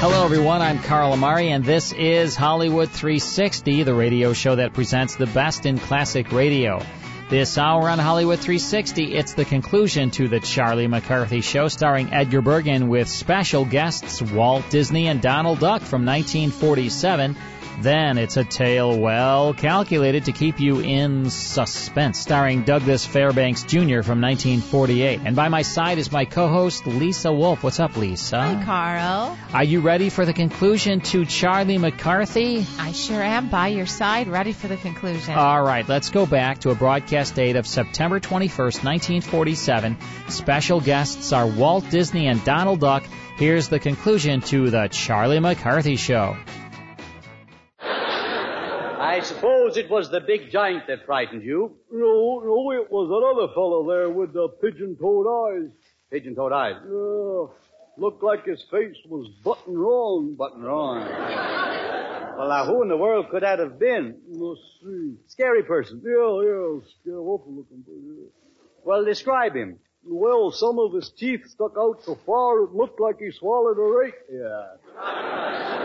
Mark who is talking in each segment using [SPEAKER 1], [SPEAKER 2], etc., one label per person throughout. [SPEAKER 1] Hello, everyone. I'm Carl Amari, and this is Hollywood 360, the radio show that presents the best in classic radio. This hour on Hollywood 360, it's the conclusion to the Charlie McCarthy Show, starring Edgar Bergen with special guests Walt Disney and Donald Duck from 1947. Then it's a tale well calculated to keep you in suspense, starring Douglas Fairbanks Jr. from 1948. And by my side is my co-host Lisa Wolf. What's up, Lisa?
[SPEAKER 2] Hi, Carl.
[SPEAKER 1] Are you ready for the conclusion to Charlie McCarthy?
[SPEAKER 2] I sure am by your side, ready for the conclusion.
[SPEAKER 1] All right, let's go back to a broadcast date of September 21st, 1947. Special guests are Walt Disney and Donald Duck. Here's the conclusion to The Charlie McCarthy Show.
[SPEAKER 3] I suppose it was the big giant that frightened you.
[SPEAKER 4] No, no, it was another fellow there with the pigeon-toed eyes.
[SPEAKER 3] Pigeon-toed eyes.
[SPEAKER 4] Uh, looked like his face was button wrong, but
[SPEAKER 3] Button wrong. well, now, who in the world could that have been?
[SPEAKER 4] let's see.
[SPEAKER 3] Scary person.
[SPEAKER 4] Yeah, yeah, scare awful looking. but, yeah.
[SPEAKER 3] Well, describe him.
[SPEAKER 4] Well, some of his teeth stuck out so far it looked like he swallowed a rake.
[SPEAKER 3] Yeah.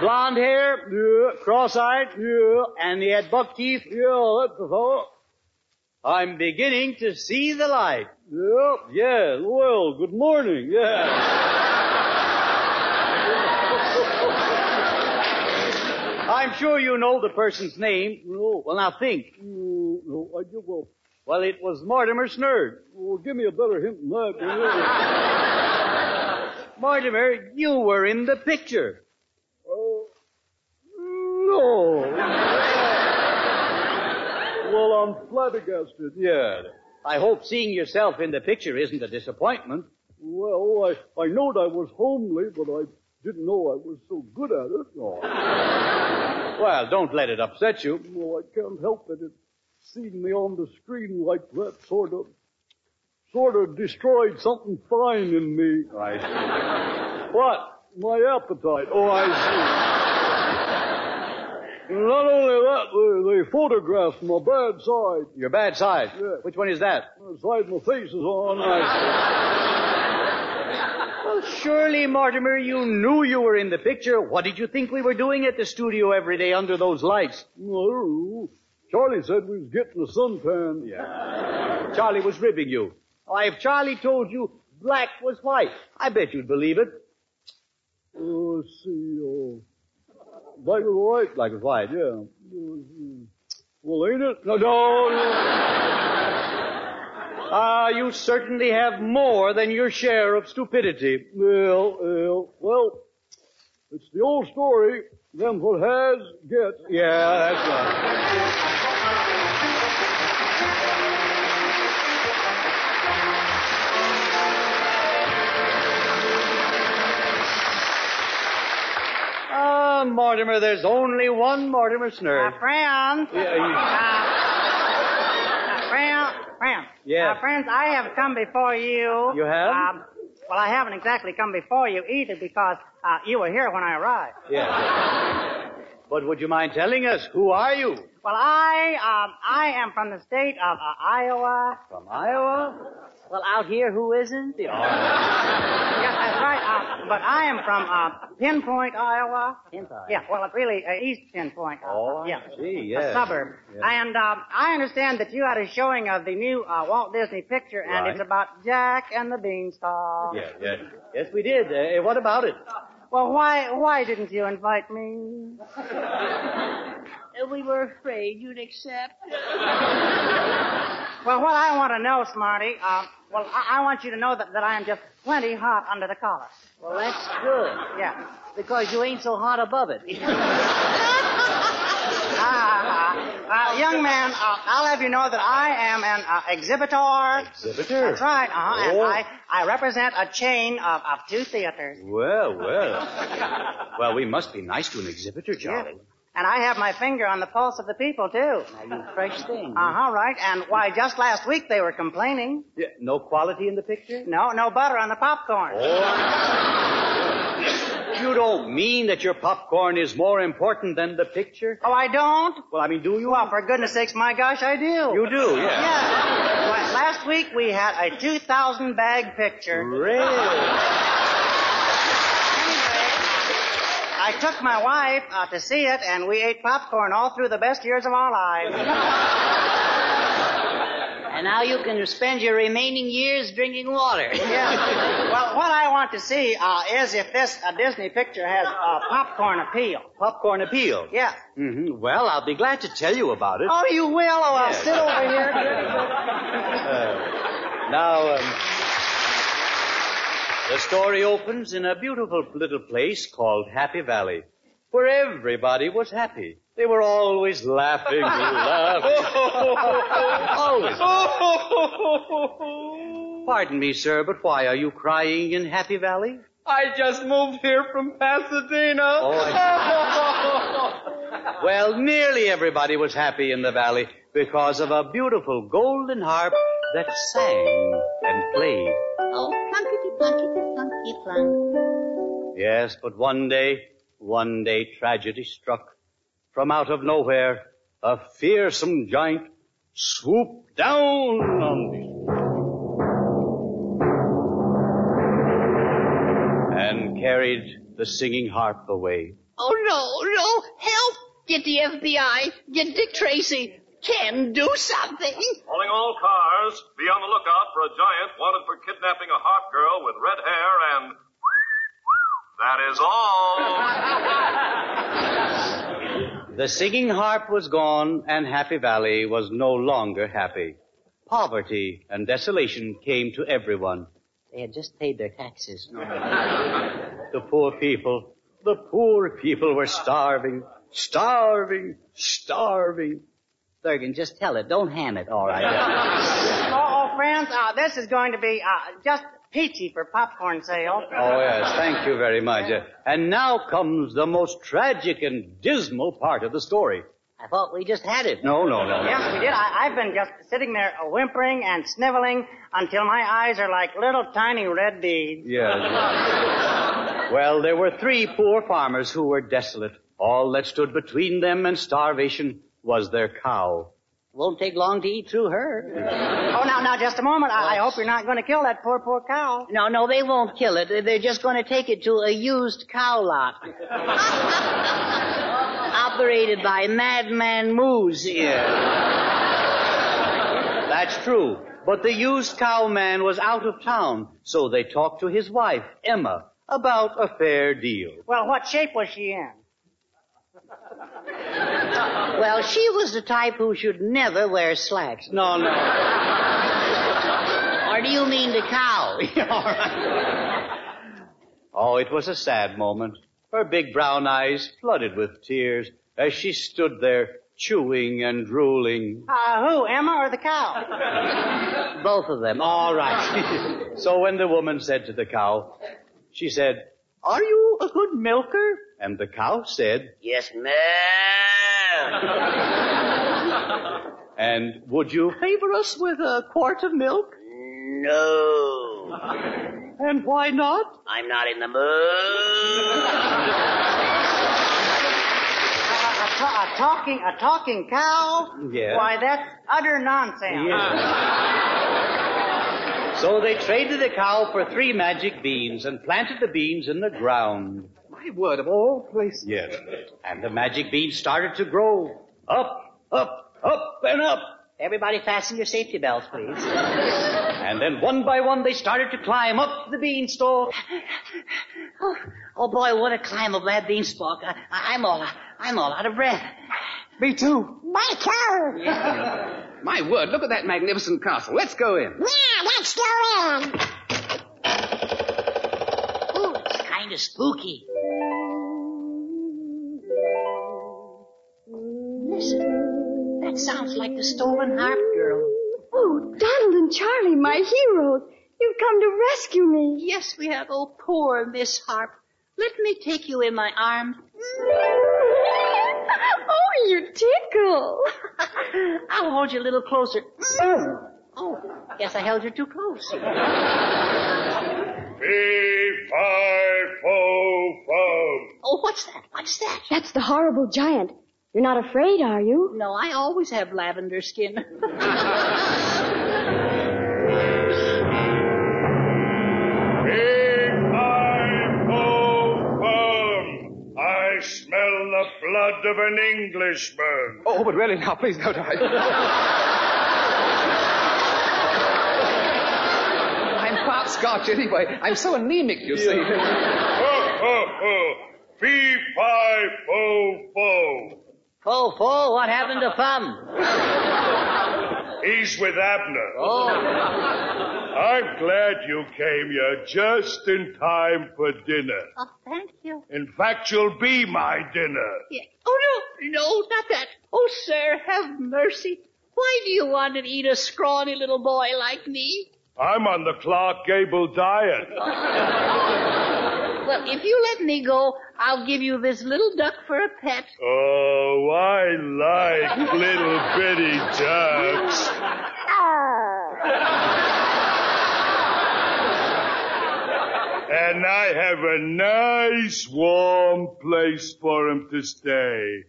[SPEAKER 3] Blonde hair, uh,
[SPEAKER 4] Yeah,
[SPEAKER 3] cross-eyed, uh,
[SPEAKER 4] yeah,
[SPEAKER 3] and he had buck teeth. uh,
[SPEAKER 4] yeah, that's the fellow.
[SPEAKER 3] I'm beginning to see the light. Uh,
[SPEAKER 4] Yeah,
[SPEAKER 3] Yeah.
[SPEAKER 4] well, good morning, yeah.
[SPEAKER 3] I'm sure you know the person's name. Oh,
[SPEAKER 4] No.
[SPEAKER 3] Well, now think.
[SPEAKER 4] No, no, I give up.
[SPEAKER 3] Well, it was Mortimer Snurd.
[SPEAKER 4] Well, give me a better hint than that. will you?
[SPEAKER 3] Mortimer, you were in the picture.
[SPEAKER 4] Oh, no. Well, I'm flabbergasted.
[SPEAKER 3] Yeah. I hope seeing yourself in the picture isn't a disappointment.
[SPEAKER 4] Well, oh, I, I knowed I was homely, but I didn't know I was so good at it. No.
[SPEAKER 3] Well, don't let it upset you.
[SPEAKER 4] Well, I can't help it. It seeing me on the screen like that sort of, sort of destroyed something fine in me.
[SPEAKER 3] Right.
[SPEAKER 4] What? My appetite. Oh, I see. Not only that, they, they photographed my bad side.
[SPEAKER 3] Your bad side.
[SPEAKER 4] Yeah.
[SPEAKER 3] Which one is that?
[SPEAKER 4] The side my face is on. I
[SPEAKER 3] Well, surely, Mortimer, you knew you were in the picture. What did you think we were doing at the studio every day under those lights?
[SPEAKER 4] no. Charlie said we was getting a suntan. Yeah.
[SPEAKER 3] Charlie was ribbing you. Why, if Charlie told you black was white, I bet you'd believe it.
[SPEAKER 4] Oh, let's see. Oh. Black and white.
[SPEAKER 3] Black was white.
[SPEAKER 4] Yeah.
[SPEAKER 5] Mm-hmm.
[SPEAKER 4] Mm, Well, ain't it? No, no. no.
[SPEAKER 3] Ah, you certainly have more than your share of stupidity.
[SPEAKER 4] Well, well, well, it's the old story. Them what has gets.
[SPEAKER 3] Yeah, that's right. Ah, Mortimer, there's only one Mortimer Snurd.
[SPEAKER 5] My friends.
[SPEAKER 3] Yeah, you-
[SPEAKER 5] Uh, friend, friend. Uh,
[SPEAKER 3] Yes.
[SPEAKER 5] friends, I have come before you.
[SPEAKER 3] You have?
[SPEAKER 5] Um, well, I haven't exactly come before you either because uh, you were here when I arrived.
[SPEAKER 3] Yeah. But would you mind telling us who are you?
[SPEAKER 5] Well, I um, I am from the state of uh, Iowa.
[SPEAKER 3] From Iowa?
[SPEAKER 5] Well, out here, who isn't? yes, that's right. but I am from uh, Pinpoint, Iowa. Pinpoint. Yeah, well, it's really uh, East Pinpoint.
[SPEAKER 3] Oh, I
[SPEAKER 5] yeah.
[SPEAKER 3] see,
[SPEAKER 5] A
[SPEAKER 3] yes.
[SPEAKER 5] suburb.
[SPEAKER 3] Yes.
[SPEAKER 5] And uh, I understand that you had a showing of the new uh, Walt Disney picture, and
[SPEAKER 3] Right.
[SPEAKER 5] it's about Jack and the Beanstalk.
[SPEAKER 3] Yeah, yeah. Yes, we did. Uh, what about it?
[SPEAKER 5] Well, why why didn't you invite me?
[SPEAKER 6] And we were afraid you'd accept.
[SPEAKER 5] Well, what I want to know, Smarty, uh, well, I, I want you to know that, that I am just plenty hot under the collar.
[SPEAKER 6] Well, that's good.
[SPEAKER 5] Yeah.
[SPEAKER 6] Because you ain't so hot above it.
[SPEAKER 5] Uh, young man, uh, I'll have you know that I am an uh, exhibitor.
[SPEAKER 3] Exhibitor?
[SPEAKER 5] That's right. Uh-huh. And
[SPEAKER 3] Oh.
[SPEAKER 5] I, I represent a chain of, of two theaters.
[SPEAKER 3] Well, well. Well, we must be nice to an exhibitor, Charlie.
[SPEAKER 5] And I have my finger on the pulse of the people, too.
[SPEAKER 3] Now, you fresh thing.
[SPEAKER 5] Uh-huh, right. And why, just last week they were complaining.
[SPEAKER 3] Yeah, no quality in the picture?
[SPEAKER 5] No, no butter on the popcorn.
[SPEAKER 3] Oh. You don't mean that your popcorn is more important than the picture?
[SPEAKER 5] Oh, I don't?
[SPEAKER 3] Well, I mean, do you?
[SPEAKER 5] Well, for goodness sakes, my gosh, I do.
[SPEAKER 3] You do, yeah.
[SPEAKER 5] Yeah. Why, last week we had a 2,000 bag picture.
[SPEAKER 3] Really?
[SPEAKER 5] I took my wife uh, to see it, and we ate popcorn all through the best years of our lives.
[SPEAKER 6] And now you can spend your remaining years drinking water.
[SPEAKER 5] yeah. Well, what I want to see uh, is if this uh, Disney picture has uh, popcorn appeal.
[SPEAKER 3] Popcorn appeal.
[SPEAKER 5] Yeah.
[SPEAKER 3] hmm Well, I'll be glad to tell you about it.
[SPEAKER 5] Oh, you will? Oh, I'll
[SPEAKER 3] Yes.
[SPEAKER 5] sit over here.
[SPEAKER 3] Uh, now, um, the story opens in a beautiful little place called Happy Valley, where everybody was happy. They were always laughing, laughing. always. Pardon me, sir, but why are you crying in Happy Valley?
[SPEAKER 7] I just moved here from Pasadena.
[SPEAKER 3] Oh, Well, nearly everybody was happy in the valley because of a beautiful golden harp that sang and played.
[SPEAKER 6] Oh, plunkety plunkety plunkety plunk.
[SPEAKER 3] Yes, but one day, one day tragedy struck. From out of nowhere, a fearsome giant swooped down on the and carried the singing harp away.
[SPEAKER 6] Oh no, no, help! Get the FBI. Get Dick Tracy. Ken, do something.
[SPEAKER 8] Calling all cars, be on the lookout for a giant wanted for kidnapping a hot girl with red hair and. That is all.
[SPEAKER 3] The singing harp was gone, and Happy Valley was no longer happy. Poverty and desolation came to everyone.
[SPEAKER 6] They had just paid their taxes.
[SPEAKER 3] The poor people, the poor people were starving, starving, starving.
[SPEAKER 6] Thurgan, just tell it. Don't ham it, all right?
[SPEAKER 5] Oh, oh, friends, uh, this is going to be uh, just peachy for popcorn sale.
[SPEAKER 3] Oh yes, thank you very much. Uh, And now comes the most tragic and dismal part of the story.
[SPEAKER 6] I thought we just had it.
[SPEAKER 3] No, no, no. no.
[SPEAKER 5] Yes, we did. I, I've been just sitting there uh, whimpering and sniveling until my eyes are like little tiny red beads.
[SPEAKER 3] Yes. Well, there were three poor farmers who were desolate. All that stood between them and starvation was their cow.
[SPEAKER 6] Won't take long to eat through her.
[SPEAKER 5] Oh, now, now, just a moment. I, I hope you're not going to kill that poor, poor cow.
[SPEAKER 6] No, no, they won't kill it. They're just going to take it to a used cow lot. Operated by Madman Moose.
[SPEAKER 3] That's true. But the used cow man was out of town, so they talked to his wife, Emma, about a fair deal.
[SPEAKER 5] Well, what shape was she in?
[SPEAKER 6] Well, she was the type who should never wear slacks.
[SPEAKER 3] No,
[SPEAKER 6] no. or do you mean the cow?
[SPEAKER 3] Oh, it was a sad moment. Her big brown eyes flooded with tears as she stood there chewing and drooling.
[SPEAKER 5] Uh, who, Emma or the cow?
[SPEAKER 3] Both of them. All right. so when the woman said to the cow, she said, Are you a good milker? And the cow said,
[SPEAKER 6] Yes, ma'am.
[SPEAKER 3] And would you favor us with a quart of milk?
[SPEAKER 6] no.
[SPEAKER 3] And why not?
[SPEAKER 6] I'm not in the mood.
[SPEAKER 5] A, ta- a talking, a talking cow?
[SPEAKER 3] Yes.
[SPEAKER 5] Why, that's utter nonsense.
[SPEAKER 3] Yes. So they traded the cow for three magic beans and planted the beans in the ground.
[SPEAKER 7] My word, of all places.
[SPEAKER 3] Yes. And the magic beans started to grow. Up, up, up, and up.
[SPEAKER 9] Everybody fasten your safety belts, please.
[SPEAKER 3] And then one by one they started to climb up the beanstalk.
[SPEAKER 9] Oh, oh boy, what a climb of that beanstalk. I, I, I'm all, I'm all out of breath.
[SPEAKER 7] Me too.
[SPEAKER 10] My cow!
[SPEAKER 7] My word, look at that magnificent castle. Let's go in.
[SPEAKER 10] Yeah, let's go in.
[SPEAKER 9] Ooh, it's kind of spooky. Listen, that sounds like the stolen harp girl.
[SPEAKER 10] Oh, Donald and Charlie, my heroes. You've come to rescue me.
[SPEAKER 9] Yes, we have. Oh, poor Miss Harp. Let me take you in my arms.
[SPEAKER 10] oh, you tickle.
[SPEAKER 9] I'll hold you a little closer.
[SPEAKER 10] Mm.
[SPEAKER 9] Oh, guess I held you too close.
[SPEAKER 8] Fee-fi-fo-fum.
[SPEAKER 9] Oh, what's that? What's that?
[SPEAKER 10] That's the horrible giant. You're not afraid, are you?
[SPEAKER 9] No, I always have lavender skin.
[SPEAKER 8] Fee-fi-fo-fum. oh I smell the blood of an Englishman.
[SPEAKER 7] Oh, but really now, please don't. I... I'm part Scotch anyway. I'm so anemic, you see.
[SPEAKER 8] Ho, ho, ho. Fee, fi, fo, fo.
[SPEAKER 9] Fo, fo, what happened to Fum?
[SPEAKER 8] He's with Abner.
[SPEAKER 9] Oh.
[SPEAKER 8] I'm glad you came here just in time for dinner.
[SPEAKER 9] Oh, thank you.
[SPEAKER 8] In fact, you'll be my dinner.
[SPEAKER 9] Yeah. Oh, no, no, not that. Oh, sir, have mercy. Why do you want to eat a scrawny little boy like me?
[SPEAKER 8] I'm on the Clark Gable diet.
[SPEAKER 9] Well, if you let me go, I'll give you this little duck for a pet.
[SPEAKER 8] Oh, I like little bitty ducks. And I have a nice warm place for him to stay.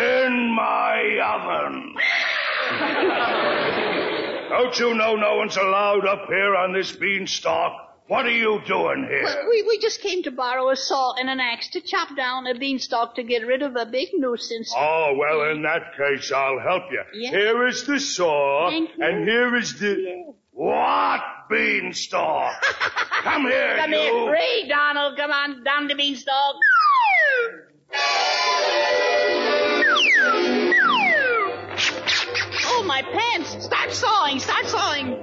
[SPEAKER 8] In my oven. Don't you know no one's allowed up here on this beanstalk? What are you doing
[SPEAKER 9] Well,
[SPEAKER 8] here?
[SPEAKER 9] we, we just came to borrow a saw and an axe to chop down a beanstalk to get rid of a big nuisance.
[SPEAKER 8] Oh, well, in that case, I'll help you.
[SPEAKER 9] Yeah.
[SPEAKER 8] Here is the saw,
[SPEAKER 9] Thank you.
[SPEAKER 8] and here is the... What beanstalk? Come here,
[SPEAKER 9] Come
[SPEAKER 8] you.
[SPEAKER 9] here, Ray Donald, come on down to beanstalk. Oh, my pants! Start sawing, start sawing.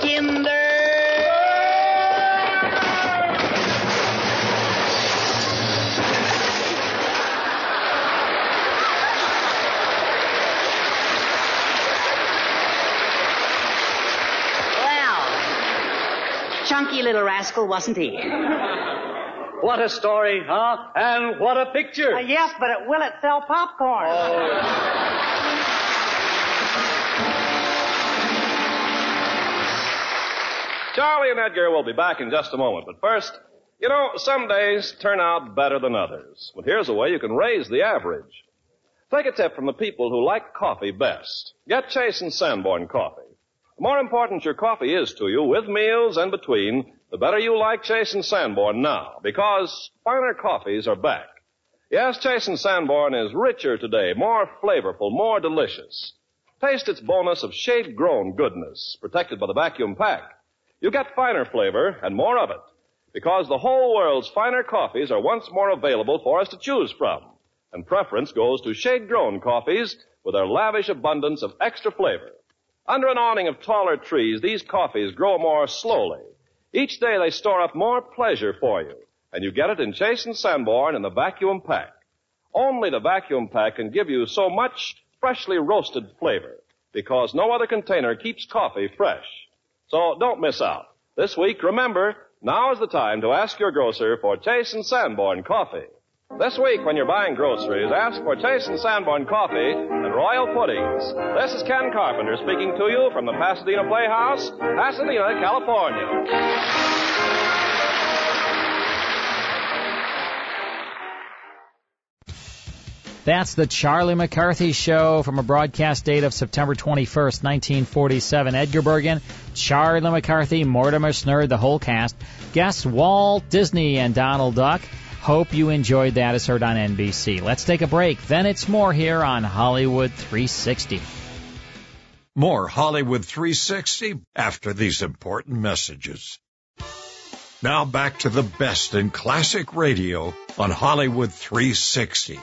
[SPEAKER 9] Kinder. Chunky little rascal, wasn't he?
[SPEAKER 3] What a story, huh? And what a picture. Oh.
[SPEAKER 5] Uh, yes, but it, will it sell popcorn?
[SPEAKER 11] Charlie and Edgar will be back in just a moment, but first, you know, some days turn out better than others. But here's a way you can raise the average. Take a tip from the people who like coffee best. Get Chase and Sanborn coffee. The more important your coffee is to you, with meals and between, the better you like Chase and Sanborn now, because finer coffees are back. Yes, Chase and Sanborn is richer today, more flavorful, more delicious. Taste its bonus of shade-grown goodness, protected by the vacuum pack. You get finer flavor and more of it because the whole world's finer coffees are once more available for us to choose from. And preference goes to shade grown coffees with their lavish abundance of extra flavor. Under an awning of taller trees, these coffees grow more slowly. Each day they store up more pleasure for you, and you get it in Chase and Sanborn in the vacuum pack. Only the vacuum pack can give you so much freshly roasted flavor because no other container keeps coffee fresh. So don't miss out. This week, remember, now is the time to ask your grocer for Chase and Sanborn coffee. This week, when you're buying groceries, ask for Chase and Sanborn coffee and Royal Puddings. This is Ken Carpenter speaking to you from the Pasadena Playhouse, Pasadena, California.
[SPEAKER 1] That's the Charlie McCarthy Show from a broadcast date of September 21st, 1947. Edgar Bergen, Charlie McCarthy, Mortimer Snurd, the whole cast, guests Walt Disney and Donald Duck. Hope you enjoyed that as heard on NBC. Let's take a break. Then it's more here on Hollywood 360.
[SPEAKER 12] More Hollywood 360 after these important messages. Now back to the best in classic radio on Hollywood 360.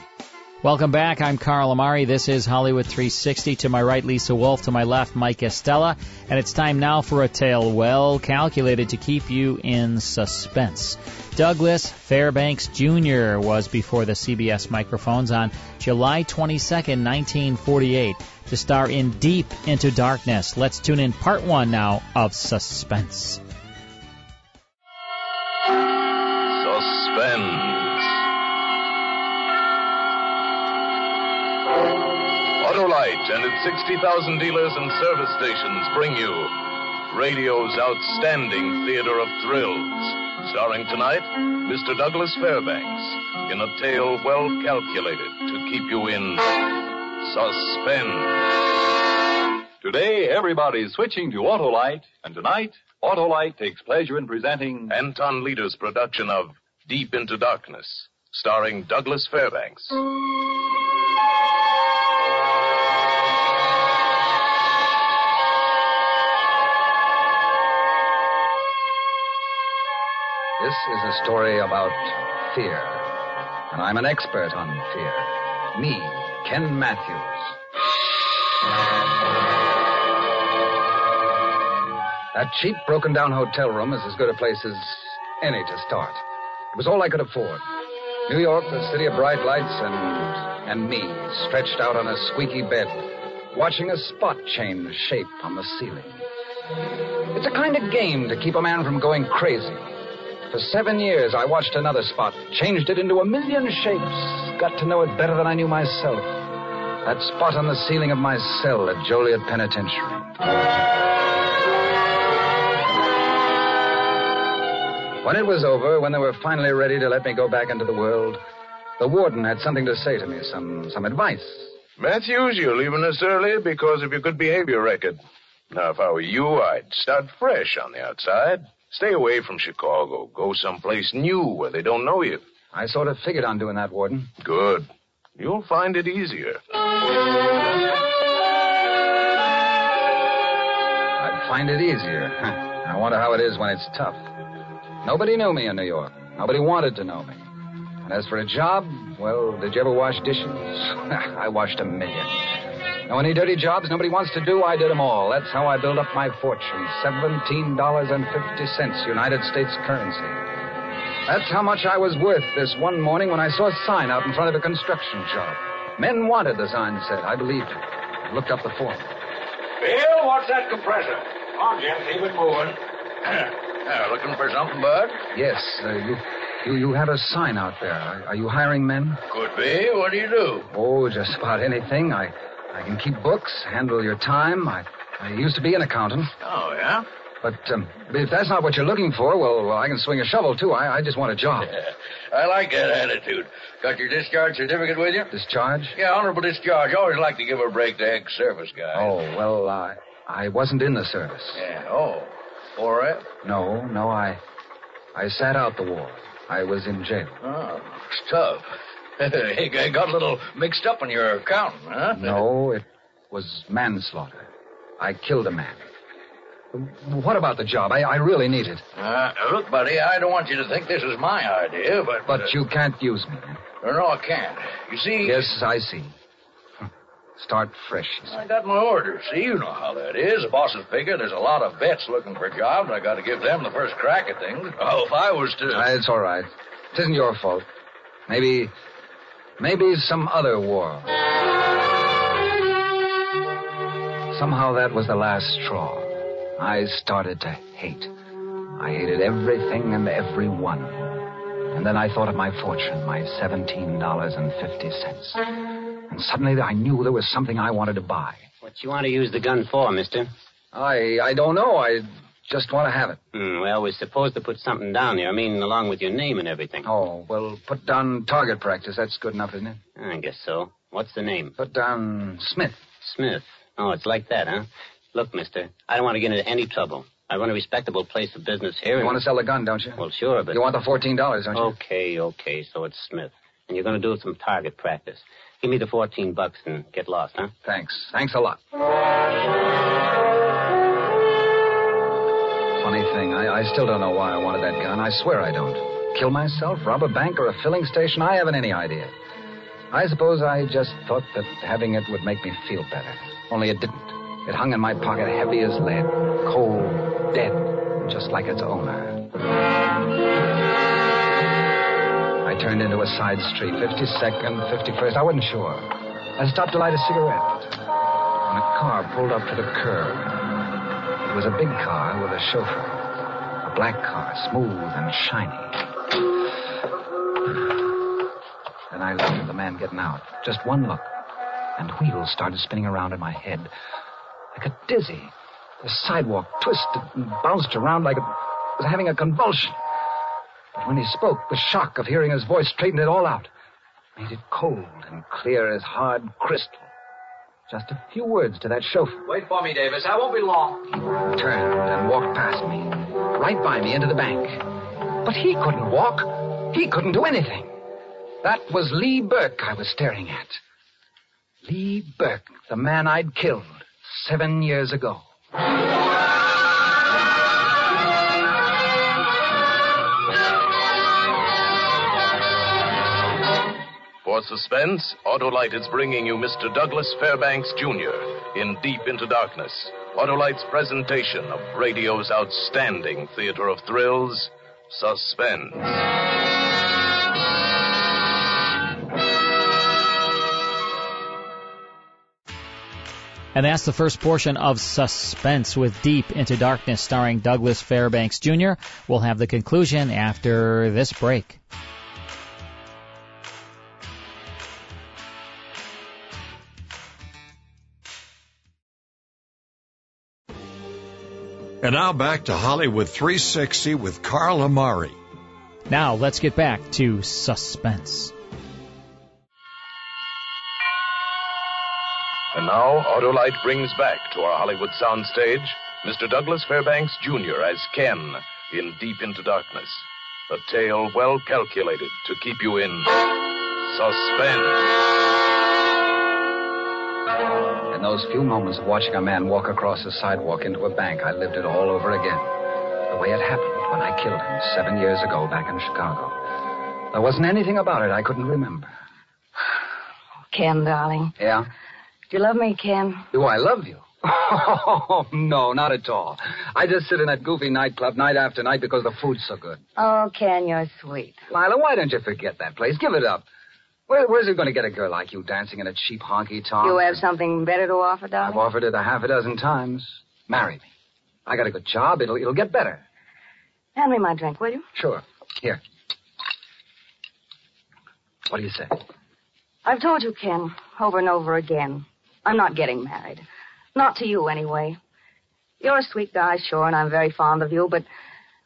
[SPEAKER 1] Welcome back. I'm Carl Amari. This is Hollywood 360. To my right, Lisa Wolf. To my left, Mike Estella. And it's time now for a tale well calculated to keep you in suspense. Douglas Fairbanks Jr. was before the CBS microphones on July 22, 1948, to star in Deep Into Darkness. Let's tune in part one now of Suspense.
[SPEAKER 13] Suspense. Autolite and its 60,000 dealers and service stations bring you radio's outstanding theater of thrills. Starring tonight, Mr. Douglas Fairbanks in a tale well calculated to keep you in suspense.
[SPEAKER 14] Today, everybody's switching to Autolite, and tonight, Autolite takes pleasure in presenting
[SPEAKER 13] Anton Leder's production of Deep into Darkness, starring Douglas Fairbanks.
[SPEAKER 15] This is a story about fear. And I'm an expert on fear. Me, Ken Matthews. That cheap, broken down hotel room is as good a place as any to start. It was all I could afford. New York, the city of bright lights, and, and me, stretched out on a squeaky bed, watching a spot change shape on the ceiling. It's a kind of game to keep a man from going crazy. For seven years, I watched another spot, changed it into a million shapes, got to know it better than I knew myself. That spot on the ceiling of my cell at Joliet Penitentiary. When it was over, when they were finally ready to let me go back into the world, the warden had something to say to me, some, some advice.
[SPEAKER 13] Matthews, you're leaving us early because of your good behavior record. Now, if I were you, I'd start fresh on the outside. Stay away from Chicago. Go someplace new where they don't know you.
[SPEAKER 15] I sort of figured on doing that, Warden.
[SPEAKER 13] Good. You'll find it easier.
[SPEAKER 15] I'd find it easier. I wonder how it is when it's tough. Nobody knew me in New York. Nobody wanted to know me. And as for a job, well, did you ever wash dishes? I washed a million. Now, any dirty jobs nobody wants to do, I did them all. That's how I built up my fortune $17.50 United States currency. That's how much I was worth this one morning when I saw a sign out in front of a construction job. Men wanted, the sign said. I believed it. I looked up the form.
[SPEAKER 16] Bill, what's that compressor? Come on, Jim, keep it moving. Uh,
[SPEAKER 13] yeah, looking for something, Bud?
[SPEAKER 15] Yes, uh, you, you, you have a sign out there. Are, are you hiring men?
[SPEAKER 13] Could be. What do you do?
[SPEAKER 15] Oh, just about anything. I, I can keep books, handle your time. I, I used to be an accountant.
[SPEAKER 13] Oh, yeah?
[SPEAKER 15] But um, if that's not what you're looking for, well, well I can swing a shovel, too. I, I just want a job.
[SPEAKER 16] Yeah, I like that attitude. Got your discharge certificate with you?
[SPEAKER 15] Discharge?
[SPEAKER 16] Yeah, honorable discharge. Always like to give a break to ex-service guys.
[SPEAKER 15] Oh, well, uh, I wasn't in the service.
[SPEAKER 16] Yeah, oh. For it?
[SPEAKER 15] No, no, I... I sat out the war. I was in jail.
[SPEAKER 16] Oh, it's tough. it got a little mixed up in your accounting, huh?
[SPEAKER 15] No, it was manslaughter. I killed a man. What about the job? I, I really need it.
[SPEAKER 16] Uh, look, buddy, I don't want you to think this is my idea, but.
[SPEAKER 15] But
[SPEAKER 16] uh,
[SPEAKER 15] you can't use me.
[SPEAKER 16] No, no, I can't. You see.
[SPEAKER 15] Yes, I see. Start fresh.
[SPEAKER 16] I got my orders. See, you know how that is. The bosses figure there's a lot of vets looking for jobs. I got to give them the first crack at things. Oh, if I was to.
[SPEAKER 15] Uh, it's all right. It isn't your fault. Maybe. Maybe some other war. Somehow that was the last straw. I started to hate. I hated everything and everyone. And then I thought of my fortune, my $17.50. And suddenly I knew there was something I wanted to buy.
[SPEAKER 17] What you want to use the gun for, mister?
[SPEAKER 15] I I don't know. I Just want to have it.
[SPEAKER 18] Hmm, well, we're supposed to put something down here. I mean, along with your name and everything.
[SPEAKER 15] Oh, well, put down target practice. That's good enough, isn't it?
[SPEAKER 18] I guess so. What's the name?
[SPEAKER 15] Put down Smith.
[SPEAKER 18] Smith. Oh, it's like that, huh? Look, mister, I don't want to get into any trouble. I run a respectable place of business here.
[SPEAKER 15] You want to sell the gun, don't you?
[SPEAKER 18] Well, sure, but...
[SPEAKER 15] You want the $14, don't you?
[SPEAKER 18] Okay, okay, so it's Smith. And you're going to do some target practice. Give me the 14 bucks and get lost, huh?
[SPEAKER 15] Thanks. Thanks a lot. Funny thing, I, I still don't know why I wanted that gun. I swear I don't. Kill myself, rob a bank or a filling station? I haven't any idea. I suppose I just thought that having it would make me feel better. Only it didn't. It hung in my pocket heavy as lead, cold, dead, just like its owner. I turned into a side street, 52nd, 51st, I wasn't sure. I stopped to light a cigarette. And a car pulled up to the curb. It was a big car with a chauffeur. A black car, smooth and shiny. Then I looked at the man getting out. Just one look. And wheels started spinning around in my head. Like a dizzy. The sidewalk twisted and bounced around like it was having a convulsion. But when he spoke, the shock of hearing his voice straightened it all out, made it cold and clear as hard crystal. Just a few words to that chauffeur.
[SPEAKER 19] Wait for me, Davis. I won't be long.
[SPEAKER 15] He turned and walked past me, right by me into the bank. But he couldn't walk. He couldn't do anything. That was Lee Burke I was staring at. Lee Burke, the man I'd killed seven years ago.
[SPEAKER 13] For suspense, Autolite is bringing you Mr. Douglas Fairbanks, Jr. in Deep Into Darkness, Autolite's presentation of radio's outstanding theater of thrills, Suspense.
[SPEAKER 1] And that's the first portion of Suspense with Deep Into Darkness starring Douglas Fairbanks Jr. We'll have the conclusion after this break.
[SPEAKER 12] And now back to Hollywood 360 with Carl Amari.
[SPEAKER 1] Now let's get back to suspense.
[SPEAKER 13] And now Autolite brings back to our Hollywood soundstage Mr. Douglas Fairbanks Jr. as Ken in Deep Into Darkness. A tale well calculated to keep you in suspense.
[SPEAKER 15] In those few moments of watching a man walk across a sidewalk into a bank, I lived it all over again. The way it happened when I killed him seven years ago back in Chicago. There wasn't anything about it I couldn't remember.
[SPEAKER 20] Ken, darling.
[SPEAKER 15] Yeah?
[SPEAKER 20] Do you love me, Ken?
[SPEAKER 15] Do I love you? Oh, no, not at all. I just sit in that goofy nightclub night after night because the food's so good.
[SPEAKER 20] Oh, Ken, you're sweet.
[SPEAKER 15] Lila, why don't you forget that place? Give it up. Where, where's he going to get a girl like you dancing in a cheap honky tonk?
[SPEAKER 20] You have something better to offer, darling?
[SPEAKER 15] I've offered it a half a dozen times. Marry me. I got a good job. It'll it'll get better.
[SPEAKER 20] Hand me my drink, will you?
[SPEAKER 15] Sure. Here. What do you say?
[SPEAKER 20] I've told you, Ken, over and over again. I'm not getting married. Not to you, anyway. You're a sweet guy, sure, and I'm very fond of you, but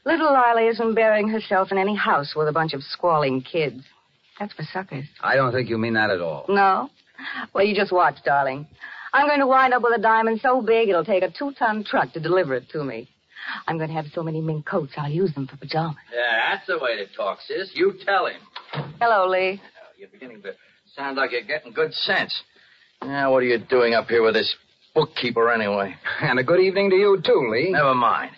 [SPEAKER 20] little Lila isn't burying herself in any house with a bunch of squalling kids. That's for suckers.
[SPEAKER 15] I don't think you mean that at all.
[SPEAKER 20] No? Well, you just watch, darling. I'm going to wind up with a diamond so big it'll take a two-ton truck to deliver it to me. I'm going to have so many mink coats I'll use them for pajamas.
[SPEAKER 19] Yeah, that's the way to talk, sis. You tell him.
[SPEAKER 20] Hello, Lee.
[SPEAKER 19] Oh, you're beginning to sound like you're getting good sense. Now, what are you doing up here with this bookkeeper anyway?
[SPEAKER 15] And a good evening to you too, Lee.
[SPEAKER 19] Never mind.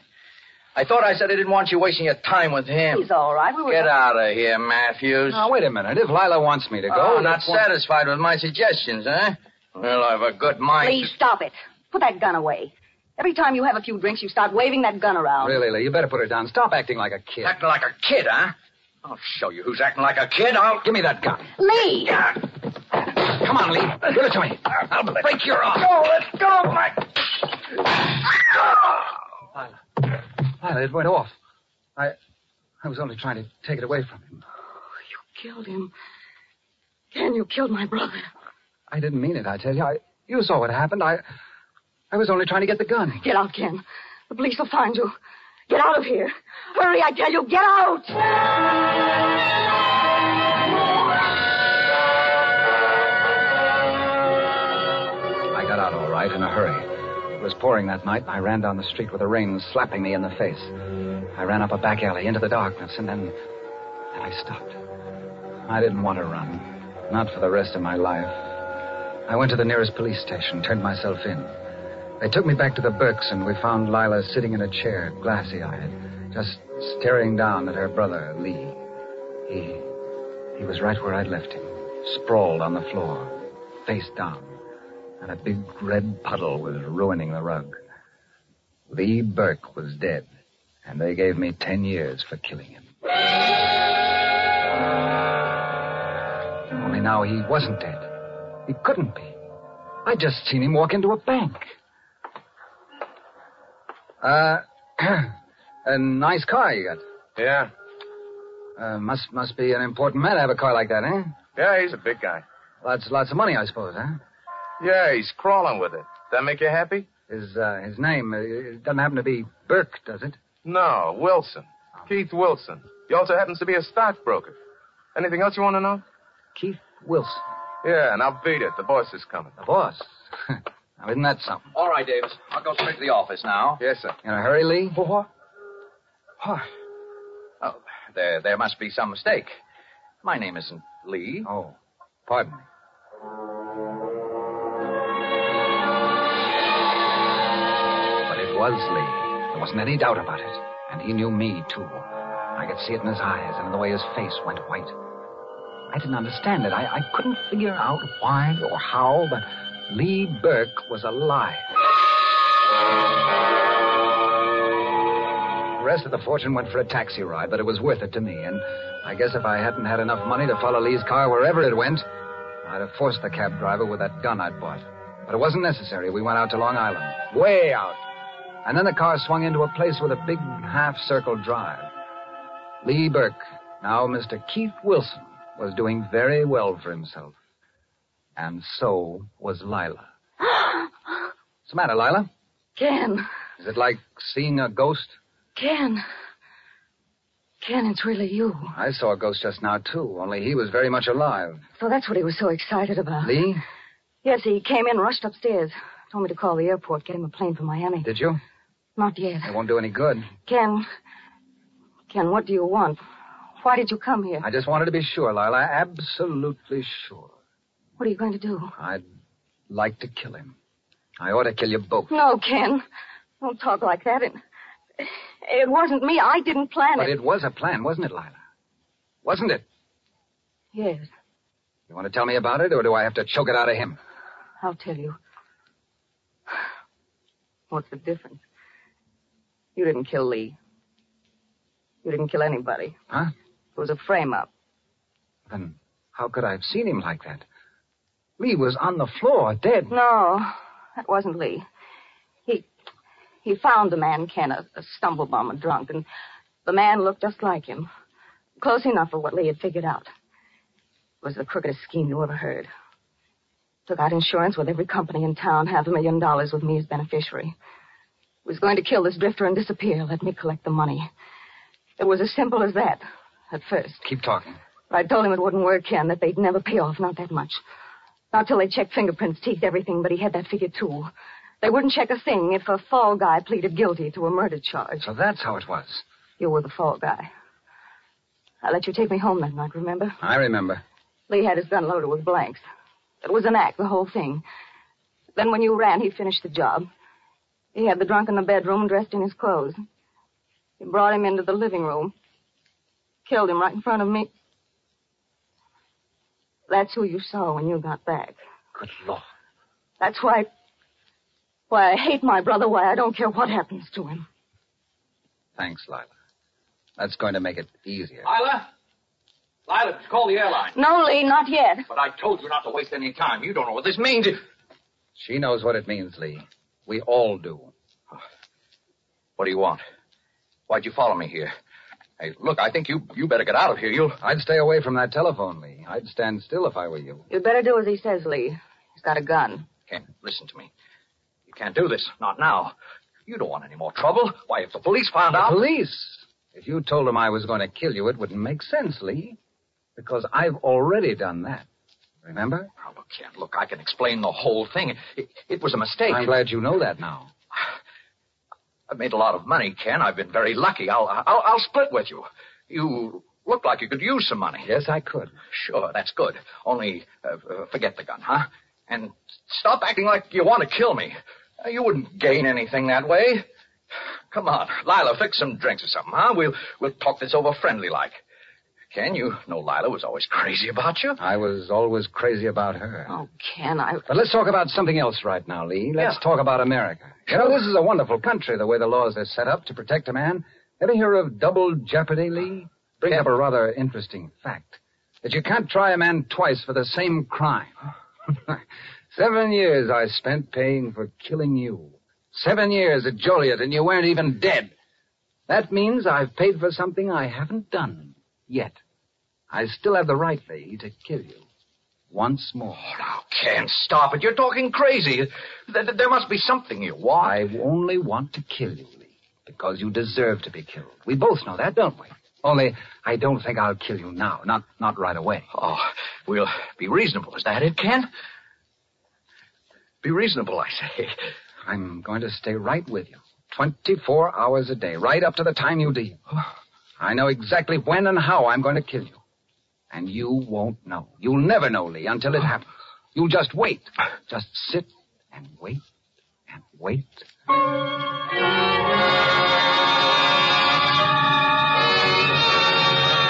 [SPEAKER 19] I thought I said I didn't want you wasting your time with him.
[SPEAKER 20] He's all right. We were
[SPEAKER 19] Get out of here, Matthews.
[SPEAKER 15] Now, wait a minute. If Lila wants me to go.
[SPEAKER 19] Oh, not satisfied with my suggestions, huh? Well, I've a good mind.
[SPEAKER 20] Lee, stop it. Put that gun away. Every time you have a few drinks, you start waving that gun around.
[SPEAKER 15] Really, Lee, you better put her down. Stop acting like a kid.
[SPEAKER 19] Acting like a kid, huh? I'll show you who's acting like a kid. I'll
[SPEAKER 15] give me that gun.
[SPEAKER 20] Lee!
[SPEAKER 19] Yeah.
[SPEAKER 15] Come on, Lee. Give it to me. I'll break your arm.
[SPEAKER 19] Go, let go, my.
[SPEAKER 15] Lila. Lila, it went off. I I was only trying to take it away from him.
[SPEAKER 20] Oh, you killed him. Ken, you killed my brother.
[SPEAKER 15] I didn't mean it, I tell you. I, you saw what happened. I I was only trying to get the gun.
[SPEAKER 20] Get out, Ken. The police will find you. Get out of here. Hurry, I tell you, get out!
[SPEAKER 15] I got out all right in a hurry. It was pouring that night, and I ran down the street with the rain slapping me in the face. I ran up a back alley into the darkness, and then. then I stopped. I didn't want to run. Not for the rest of my life. I went to the nearest police station, turned myself in. They took me back to the Burks, and we found Lila sitting in a chair, glassy eyed, just staring down at her brother, Lee. He. he was right where I'd left him, sprawled on the floor, face down and a big red puddle was ruining the rug. Lee Burke was dead, and they gave me ten years for killing him. Only now he wasn't dead. He couldn't be. I just seen him walk into a bank. Uh, a nice car you got.
[SPEAKER 21] Yeah.
[SPEAKER 15] Uh, must must be an important man to have a car like that, eh?
[SPEAKER 21] Yeah, he's a big guy.
[SPEAKER 15] Lots lots of money, I suppose, eh? huh?
[SPEAKER 21] Yeah, he's crawling with it. That make you happy?
[SPEAKER 15] His uh, his name uh, it doesn't happen to be Burke, does it?
[SPEAKER 21] No, Wilson. Keith Wilson. He also happens to be a stockbroker. Anything else you want to know?
[SPEAKER 15] Keith Wilson.
[SPEAKER 21] Yeah, and I'll beat it. The boss is coming. The
[SPEAKER 15] boss? Now, isn't that something?
[SPEAKER 16] All right, Davis. I'll go straight to the office now.
[SPEAKER 21] Yes, sir.
[SPEAKER 15] In a hurry, Lee?
[SPEAKER 16] What? What? Oh, there, there must be some mistake. My name isn't Lee.
[SPEAKER 15] Oh, pardon me. But it was Lee. There wasn't any doubt about it. And he knew me, too. I could see it in his eyes and in the way his face went white. I didn't understand it. I, I couldn't figure out why or how, but Lee Burke was alive. The rest of the fortune went for a taxi ride, but it was worth it to me. And I guess if I hadn't had enough money to follow Lee's car wherever it went, I'd have forced the cab driver with that gun I'd bought. But it wasn't necessary. We went out to Long Island, way out. And then the car swung into a place with a big half circle drive. Lee Burke, now Mr. Keith Wilson, was doing very well for himself. And so was Lila. What's the matter, Lila?
[SPEAKER 20] Ken,
[SPEAKER 15] Is it like seeing a ghost?
[SPEAKER 20] Ken. Ken, it's really you.
[SPEAKER 15] I saw a ghost just now, too, only he was very much alive.
[SPEAKER 20] So that's what he was so excited about.
[SPEAKER 15] Lee,
[SPEAKER 20] Yes, he came in, rushed upstairs. Told me to call the airport, get him a plane for Miami.
[SPEAKER 15] did you?
[SPEAKER 20] Not yet.
[SPEAKER 15] It won't do any good.
[SPEAKER 20] Ken. Ken, what do you want? Why did you come here?
[SPEAKER 15] I just wanted to be sure, Lila, absolutely sure.
[SPEAKER 20] What are you going to do?
[SPEAKER 15] I'd like to kill him. I ought to kill you both.
[SPEAKER 20] No, Ken. Don't talk like that. It, it wasn't me. I didn't plan
[SPEAKER 15] But
[SPEAKER 20] it.
[SPEAKER 15] it was a plan, wasn't it, Lila? Wasn't it?
[SPEAKER 20] Yes,
[SPEAKER 15] You want to tell me about it, or do I have to choke it out of him?
[SPEAKER 20] I'll tell you. What's the difference? You didn't kill Lee. You didn't kill anybody.
[SPEAKER 15] Huh?
[SPEAKER 20] It was a frame up.
[SPEAKER 15] Then how could I have seen him like that? Lee was on the floor, dead.
[SPEAKER 20] No, that wasn't Lee. He he found the man, Ken, a, a stumblebum, a drunk, and the man looked just like him. Close enough for what Lee had figured out. It was the crookedest scheme you ever heard. Took out insurance with every company in town, half a million dollars with me as beneficiary. Was going to kill this drifter and disappear, let me collect the money. It was as simple as that, at first.
[SPEAKER 15] Keep talking.
[SPEAKER 20] I told him it wouldn't work, Ken, that they'd never pay off, not that much. Not till they checked fingerprints, teeth, everything, but he had that figure too. They wouldn't check a thing if a fall guy pleaded guilty to a murder charge.
[SPEAKER 15] So that's how it was.
[SPEAKER 20] You were the fall guy. I let you take me home that night, remember?
[SPEAKER 15] I remember.
[SPEAKER 20] Lee had his gun loaded with blanks. It was an act, the whole thing. Then when you ran, he finished the job. He had the drunk in the bedroom dressed in his clothes. He brought him into the living room, killed him right in front of me. That's who you saw when you got back.
[SPEAKER 15] Good Lord.
[SPEAKER 20] That's why. Why I hate my brother, why I don't care what happens to him.
[SPEAKER 15] Thanks, Lila. That's going to make it easier.
[SPEAKER 16] Lila? Lila, call the airline.
[SPEAKER 20] No, Lee, not yet.
[SPEAKER 16] But I told you not to waste any time. You don't know what this means.
[SPEAKER 15] She knows what it means, Lee. We all do.
[SPEAKER 16] What do you want? Why'd you follow me here? Hey, look, I think you you better get out of here. You'll
[SPEAKER 15] I'd stay away from that telephone, Lee. I'd stand still if I were you.
[SPEAKER 20] You'd better do as he says, Lee. He's got a gun.
[SPEAKER 16] Ken, listen to me. You can't do this. Not now. You don't want any more trouble. Why, if the police found
[SPEAKER 15] The
[SPEAKER 16] out.
[SPEAKER 15] police. If you told them I was going to kill you, it wouldn't make sense, Lee. Because I've already done that. Remember?
[SPEAKER 16] Oh, look, Kent, look, I can explain the whole thing. It, it was a mistake.
[SPEAKER 15] I'm glad you know that now.
[SPEAKER 16] I've made a lot of money, Ken. I've been very lucky. I'll, I'll, I'll split with you. You look like you could use some money.
[SPEAKER 15] Yes, I could.
[SPEAKER 16] Sure, that's good. Only uh, uh, forget the gun, huh? And stop acting like you want to kill me. Uh, You wouldn't gain anything that way. Come on, Lila, fix some drinks or something, huh? We'll we'll talk this over friendly like. Ken, you know Lila was always crazy about you.
[SPEAKER 15] I was always crazy about her.
[SPEAKER 20] Oh, Ken, I.
[SPEAKER 15] But let's talk about something else right now, Lee. Let's talk about America. You know, this is a wonderful country, the way the laws are set up to protect a man. Ever hear of double jeopardy, Lee? Brings up a rather interesting fact that you can't try a man twice for the same crime. Seven years I spent paying for killing you. Seven years at Joliet, and you weren't even dead. That means I've paid for something I haven't done yet. I still have the right, Lee, to kill you. Once more.
[SPEAKER 16] Oh, Ken, stop it. You're talking crazy. Th- th- there must be something you want.
[SPEAKER 15] I only want to kill you, Lee, because you deserve to be killed. We both know that, don't we? Only I don't think I'll kill you now, not not right away.
[SPEAKER 16] Oh, we'll be reasonable. Is that it, Ken? Be reasonable, I say.
[SPEAKER 15] I'm going to stay right with you, 24 hours a day, right up to the time you leave.
[SPEAKER 16] Oh.
[SPEAKER 15] I know exactly when and how I'm going to kill you, and you won't know. You'll never know, Lee, until it happens. You'll just wait, just sit and wait and wait.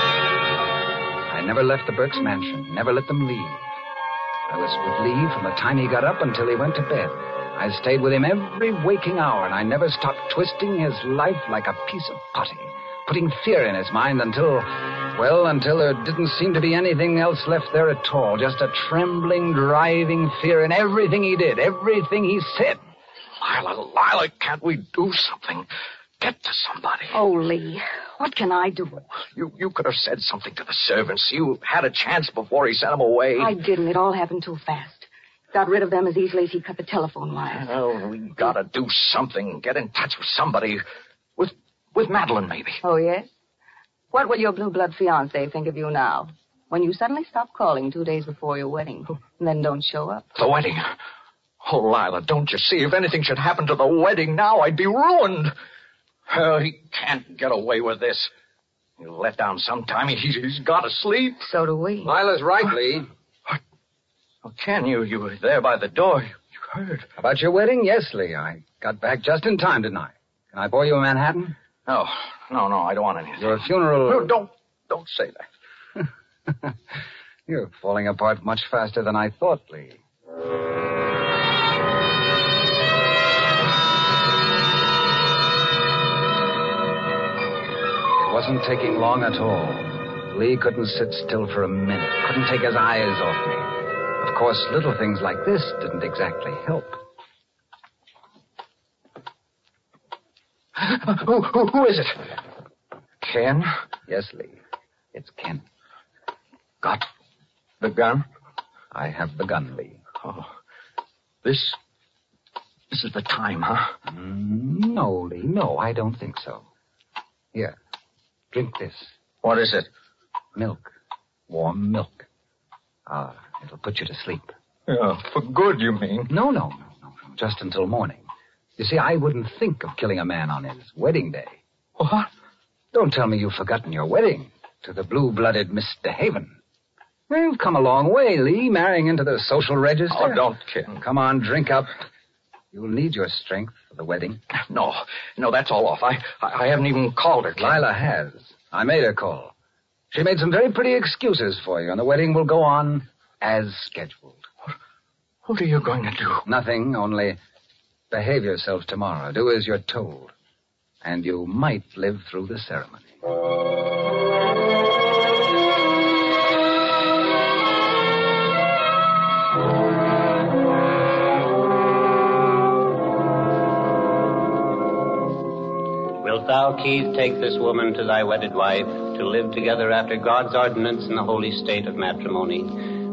[SPEAKER 15] I never left the Burke's mansion, never let them leave. I was with Lee from the time he got up until he went to bed. I stayed with him every waking hour, and I never stopped twisting his life like a piece of putty, putting fear in his mind until, well, until there didn't seem to be anything else left there at all. Just a trembling, driving fear in everything he did, everything he said.
[SPEAKER 16] Lila, Lila, can't we do something? Get to somebody.
[SPEAKER 20] Oh, Lee, what can I do?
[SPEAKER 16] You, you could have said something to the servants. You had a chance before he sent them away.
[SPEAKER 20] I didn't. It all happened too fast. Got rid of them as easily as he cut the telephone wires.
[SPEAKER 16] Oh, we gotta do something. Get in touch with somebody. With, with Madeline, maybe.
[SPEAKER 20] Oh, yes? What will your blue blood fiance think of you now? When you suddenly stop calling two days before your wedding and then don't show up?
[SPEAKER 16] The wedding. Oh, Lila, don't you see? If anything should happen to the wedding now, I'd be ruined. Oh, he can't get away with this. He'll let down sometime. He's, he's gotta sleep.
[SPEAKER 20] So do we.
[SPEAKER 15] Lila's right, Lee.
[SPEAKER 16] Oh, Ken, you, you were there by the door. You heard.
[SPEAKER 15] About your wedding? Yes, Lee. I got back just in time, didn't I? Can I bore you a Manhattan?
[SPEAKER 16] No, no, no, I don't want anything.
[SPEAKER 15] Your funeral.
[SPEAKER 16] Oh. No, don't, don't say that.
[SPEAKER 15] You're falling apart much faster than I thought, Lee. It wasn't taking long at all. Lee couldn't sit still for a minute, couldn't take his eyes off me. Of course, little things like this didn't exactly help.
[SPEAKER 16] Who, who, who is it? Ken?
[SPEAKER 15] Yes, Lee. It's Ken.
[SPEAKER 16] Got the gun?
[SPEAKER 15] I have the gun, Lee.
[SPEAKER 16] Oh, this. This is the time, huh?
[SPEAKER 15] Mm, No, Lee, no, I don't think so. Here, drink this.
[SPEAKER 16] What is it?
[SPEAKER 15] Milk. Warm milk. Ah, it'll put you to sleep.
[SPEAKER 16] Yeah, Oh, for good, you mean?
[SPEAKER 15] No, no, no, no, no. Just until morning. You see, I wouldn't think of killing a man on his wedding day.
[SPEAKER 16] What?
[SPEAKER 15] Don't tell me you've forgotten your wedding to the blue-blooded Mr. Haven. We've come a long way, Lee, marrying into the social register.
[SPEAKER 16] Oh, don't, Ken.
[SPEAKER 15] Come on, drink up. You'll need your strength for the wedding.
[SPEAKER 16] No, no, that's all off. I, I, I haven't even called her, Ken.
[SPEAKER 15] Lila has. I made her call. She made some very pretty excuses for you, and the wedding will go on as scheduled.
[SPEAKER 16] What are you going to do?
[SPEAKER 15] Nothing, only behave yourself tomorrow. Do as you're told. And you might live through the ceremony.
[SPEAKER 18] Wilt thou, Keith, take this woman to thy wedded wife, to live together after God's ordinance in the holy state of matrimony?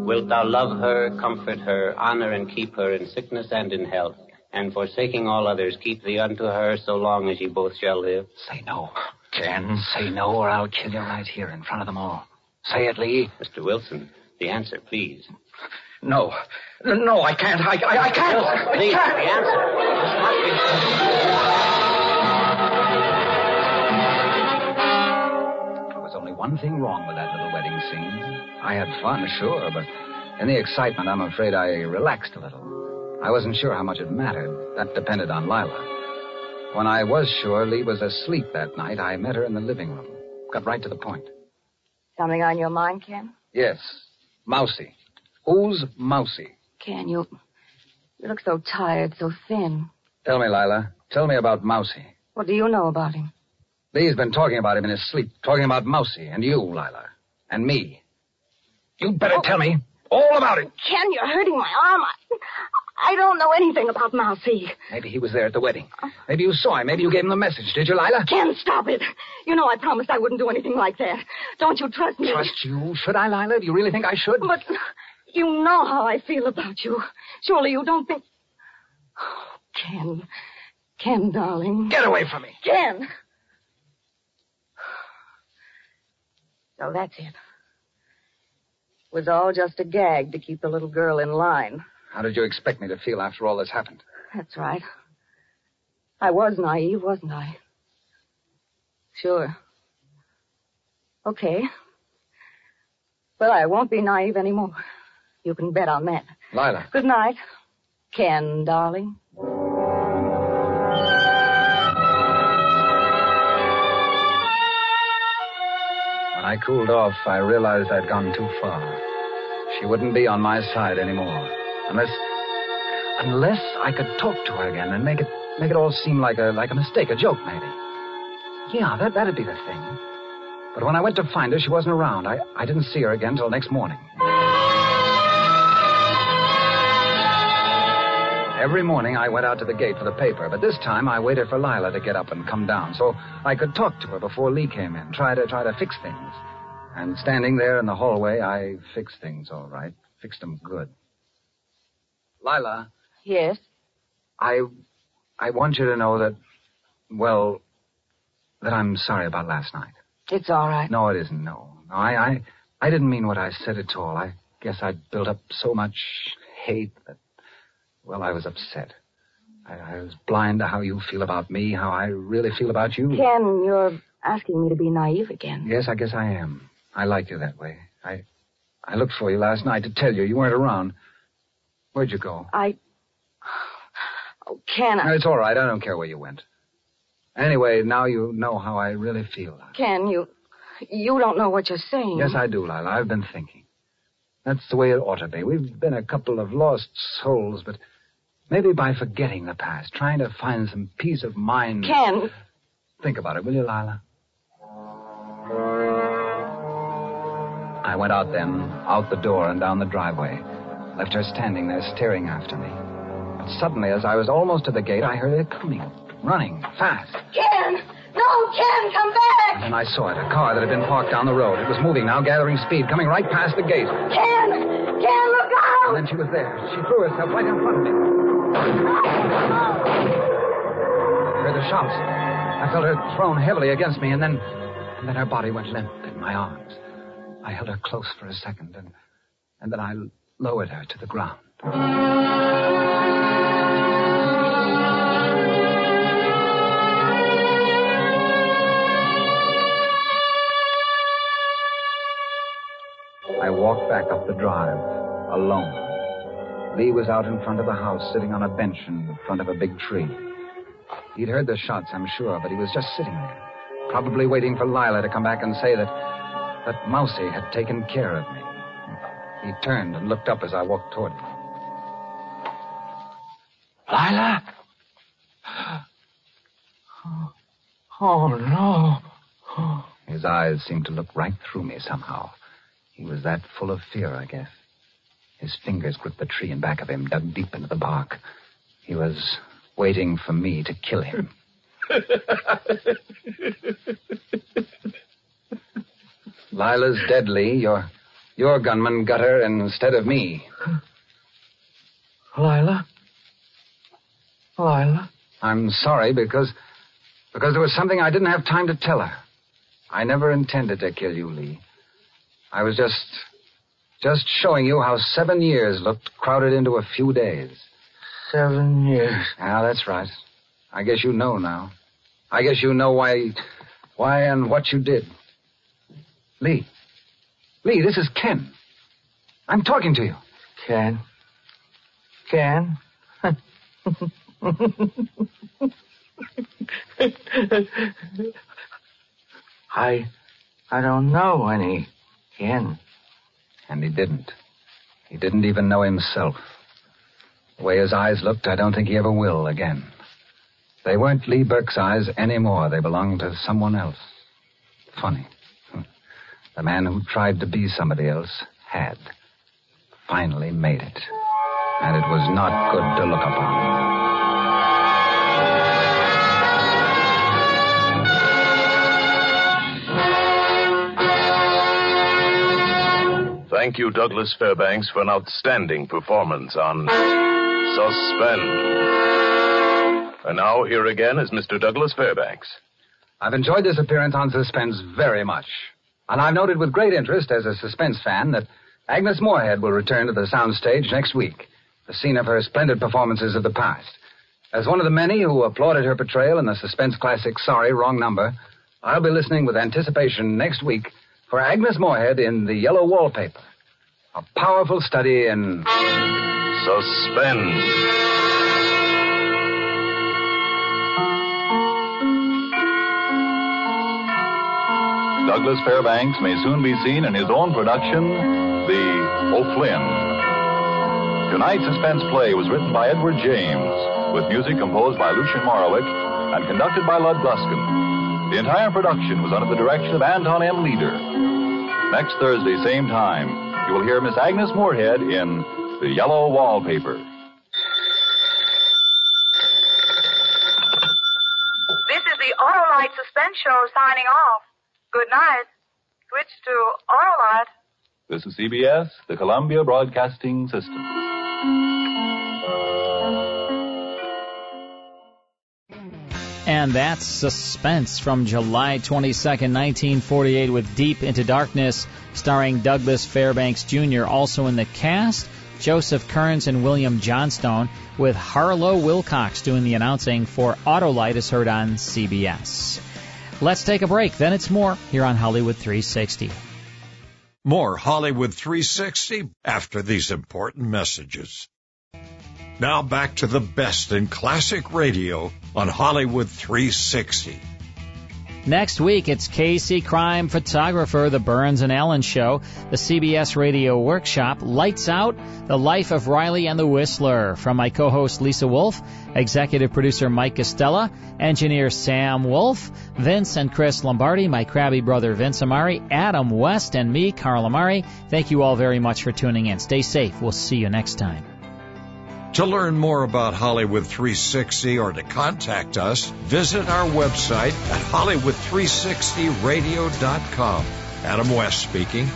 [SPEAKER 18] Wilt thou love her, comfort her, honor and keep her in sickness and in health, and forsaking all others, keep thee unto her so long as ye both shall live.
[SPEAKER 19] Say no, Ken. Say no, or I'll kill you right here in front of them all. Say it, Lee.
[SPEAKER 18] Mr. Wilson, the answer, please.
[SPEAKER 19] No. No, I can't. I, I, I can't.
[SPEAKER 18] Wilson, please,
[SPEAKER 19] I can't.
[SPEAKER 18] the answer.
[SPEAKER 15] There was only one thing wrong with that little wedding scene. I had fun, sure, but in the excitement, I'm afraid I relaxed a little. I wasn't sure how much it mattered. That depended on Lila. When I was sure Lee was asleep that night, I met her in the living room. Got right to the point.
[SPEAKER 20] Something on your mind, Ken?
[SPEAKER 15] Yes, Mousy. Who's Mousy?
[SPEAKER 20] Ken, you. You look so tired, so thin.
[SPEAKER 15] Tell me, Lila. Tell me about Mousy.
[SPEAKER 20] What do you know about him?
[SPEAKER 15] Lee's been talking about him in his sleep, talking about Mousy and you, Lila, and me. Oh. You better tell me all about it.
[SPEAKER 20] Ken, you're hurting my arm. I, I don't know anything about Mousy.
[SPEAKER 15] Maybe he was there at the wedding. Maybe you saw him. Maybe you gave him the message. Did you, Lila?
[SPEAKER 20] Ken, stop it. You know I promised I wouldn't do anything like that. Don't you trust me?
[SPEAKER 15] Trust you? Should I, Lila? Do you really think I should?
[SPEAKER 20] But you know how I feel about you. Surely you don't think. Oh, Ken. Ken, darling.
[SPEAKER 15] Get away from me.
[SPEAKER 20] Ken. So that's it. It was all just a gag to keep the little girl in line.
[SPEAKER 15] How did you expect me to feel after all this happened?
[SPEAKER 20] That's right. I was naive, wasn't I? Sure. Okay. Well, I won't be naive anymore. You can bet on that.
[SPEAKER 15] Lila.
[SPEAKER 20] Good night, Ken, darling.
[SPEAKER 15] When I cooled off, I realized I'd gone too far. She wouldn't be on my side anymore. Unless unless I could talk to her again and make it make it all seem like a like a mistake, a joke maybe. Yeah, that that'd be the thing. But when I went to find her, she wasn't around. I, I didn't see her again till next morning. Every morning I went out to the gate for the paper, but this time I waited for Lila to get up and come down so I could talk to her before Lee came in, try to try to fix things. And standing there in the hallway, I fixed things all right. Fixed them good. Lila,
[SPEAKER 20] Yes?
[SPEAKER 15] I I want you to know that well that I'm sorry about last night.
[SPEAKER 20] It's all right.
[SPEAKER 15] No, it isn't, no. No, I I, I didn't mean what I said at all. I guess I built up so much hate that well, I was upset. I, I was blind to how you feel about me, how I really feel about you.
[SPEAKER 20] Ken, you're asking me to be naive again.
[SPEAKER 15] Yes, I guess I am. I like you that way. I I looked for you last night to tell you you weren't around. Where'd you go?
[SPEAKER 20] I. Oh, Ken,
[SPEAKER 15] No,
[SPEAKER 20] I...
[SPEAKER 15] it's all right. I don't care where you went. Anyway, now you know how I really feel.
[SPEAKER 20] Ken, you. You don't know what you're saying.
[SPEAKER 15] Yes, I do, Lila. I've been thinking. That's the way it ought to be. We've been a couple of lost souls, but maybe by forgetting the past, trying to find some peace of mind.
[SPEAKER 20] Ken.
[SPEAKER 15] Think about it, will you, Lila? I went out then, out the door and down the driveway. Left her standing there staring after me. But suddenly, as I was almost to the gate, I heard her coming, running, fast.
[SPEAKER 20] Ken! No, Ken, come back!
[SPEAKER 15] And I saw it, a car that had been parked down the road. It was moving now, gathering speed, coming right past the gate.
[SPEAKER 20] Ken! Ken, look out!
[SPEAKER 15] And then she was there. She threw herself right in front of me. I heard the shots. I felt her thrown heavily against me, and then, and then her body went limp in my arms. I held her close for a second, and, and then I lowered her to the ground. I walked back up the drive, alone. Lee was out in front of the house, sitting on a bench in front of a big tree. He'd heard the shots, I'm sure, but he was just sitting there, probably waiting for Lila to come back and say that that Mousy had taken care of me. He turned and looked up as I walked toward him. Lila? Oh, no. His eyes seemed to look right through me somehow. He was that full of fear, I guess. His fingers gripped the tree in back of him, dug deep into the bark. He was waiting for me to kill him. Lila's dead, Lee. Your, your gunman got her instead of me. Lila? Lila? I'm sorry because. because there was something I didn't have time to tell her. I never intended to kill you, Lee. I was just. just showing you how seven years looked crowded into a few days. Seven years. Ah, that's right. I guess you know now. I guess you know why. why and what you did. Lee. Lee, this is Ken. I'm talking to you. Ken. Ken.
[SPEAKER 16] I, I don't know any Ken.
[SPEAKER 15] And he didn't. He didn't even know himself. The way his eyes looked, I don't think he ever will again. They weren't Lee Burke's eyes anymore. They belonged to someone else. Funny. The man who tried to be somebody else had finally made it. And it was not good to look upon.
[SPEAKER 13] Thank you, Douglas Fairbanks, for an outstanding performance on Suspense. And now, here again is Mr. Douglas Fairbanks.
[SPEAKER 15] I've enjoyed this appearance on Suspense very much. And I've noted with great interest, as a suspense fan, that Agnes Moorehead will return to the soundstage next week, the scene of her splendid performances of the past. As one of the many who applauded her portrayal in the suspense classic Sorry, Wrong Number, I'll be listening with anticipation next week for Agnes Moorehead in The Yellow Wallpaper, a powerful study in
[SPEAKER 13] suspense.
[SPEAKER 14] Douglas Fairbanks may soon be seen in his own production, The O'Flynn. Tonight's suspense play was written by Edward James, with music composed by Lucian Morowick and conducted by Lud Gluskin. The entire production was under the direction of Anton M. Leader. Next Thursday, same time, you will hear Miss Agnes Moorehead in The Yellow Wallpaper.
[SPEAKER 22] This is the Autolite Suspense Show signing off. Good night. Switch to Autolite.
[SPEAKER 14] This is CBS, the Columbia Broadcasting System.
[SPEAKER 1] And that's Suspense from July 22nd, 1948, with Deep into Darkness, starring Douglas Fairbanks Jr., also in the cast. Joseph Kearns and William Johnstone, with Harlow Wilcox doing the announcing for Autolite, is heard on CBS. Let's take a break, then it's more here on Hollywood 360.
[SPEAKER 12] More Hollywood 360 after these important messages. Now back to the best in classic radio on Hollywood 360.
[SPEAKER 1] Next week, it's Casey Crime Photographer, The Burns and Allen Show, the CBS Radio Workshop, Lights Out, The Life of Riley and the Whistler, from my co-host Lisa Wolf, executive producer Mike Costella, engineer Sam Wolf, Vince and Chris Lombardi, my crabby brother Vince Amari, Adam West, and me, Carl Amari. Thank you all very much for tuning in. Stay safe. We'll see you next time.
[SPEAKER 12] To learn more about Hollywood 360 or to contact us, visit our website at hollywood360radio.com. Adam West speaking.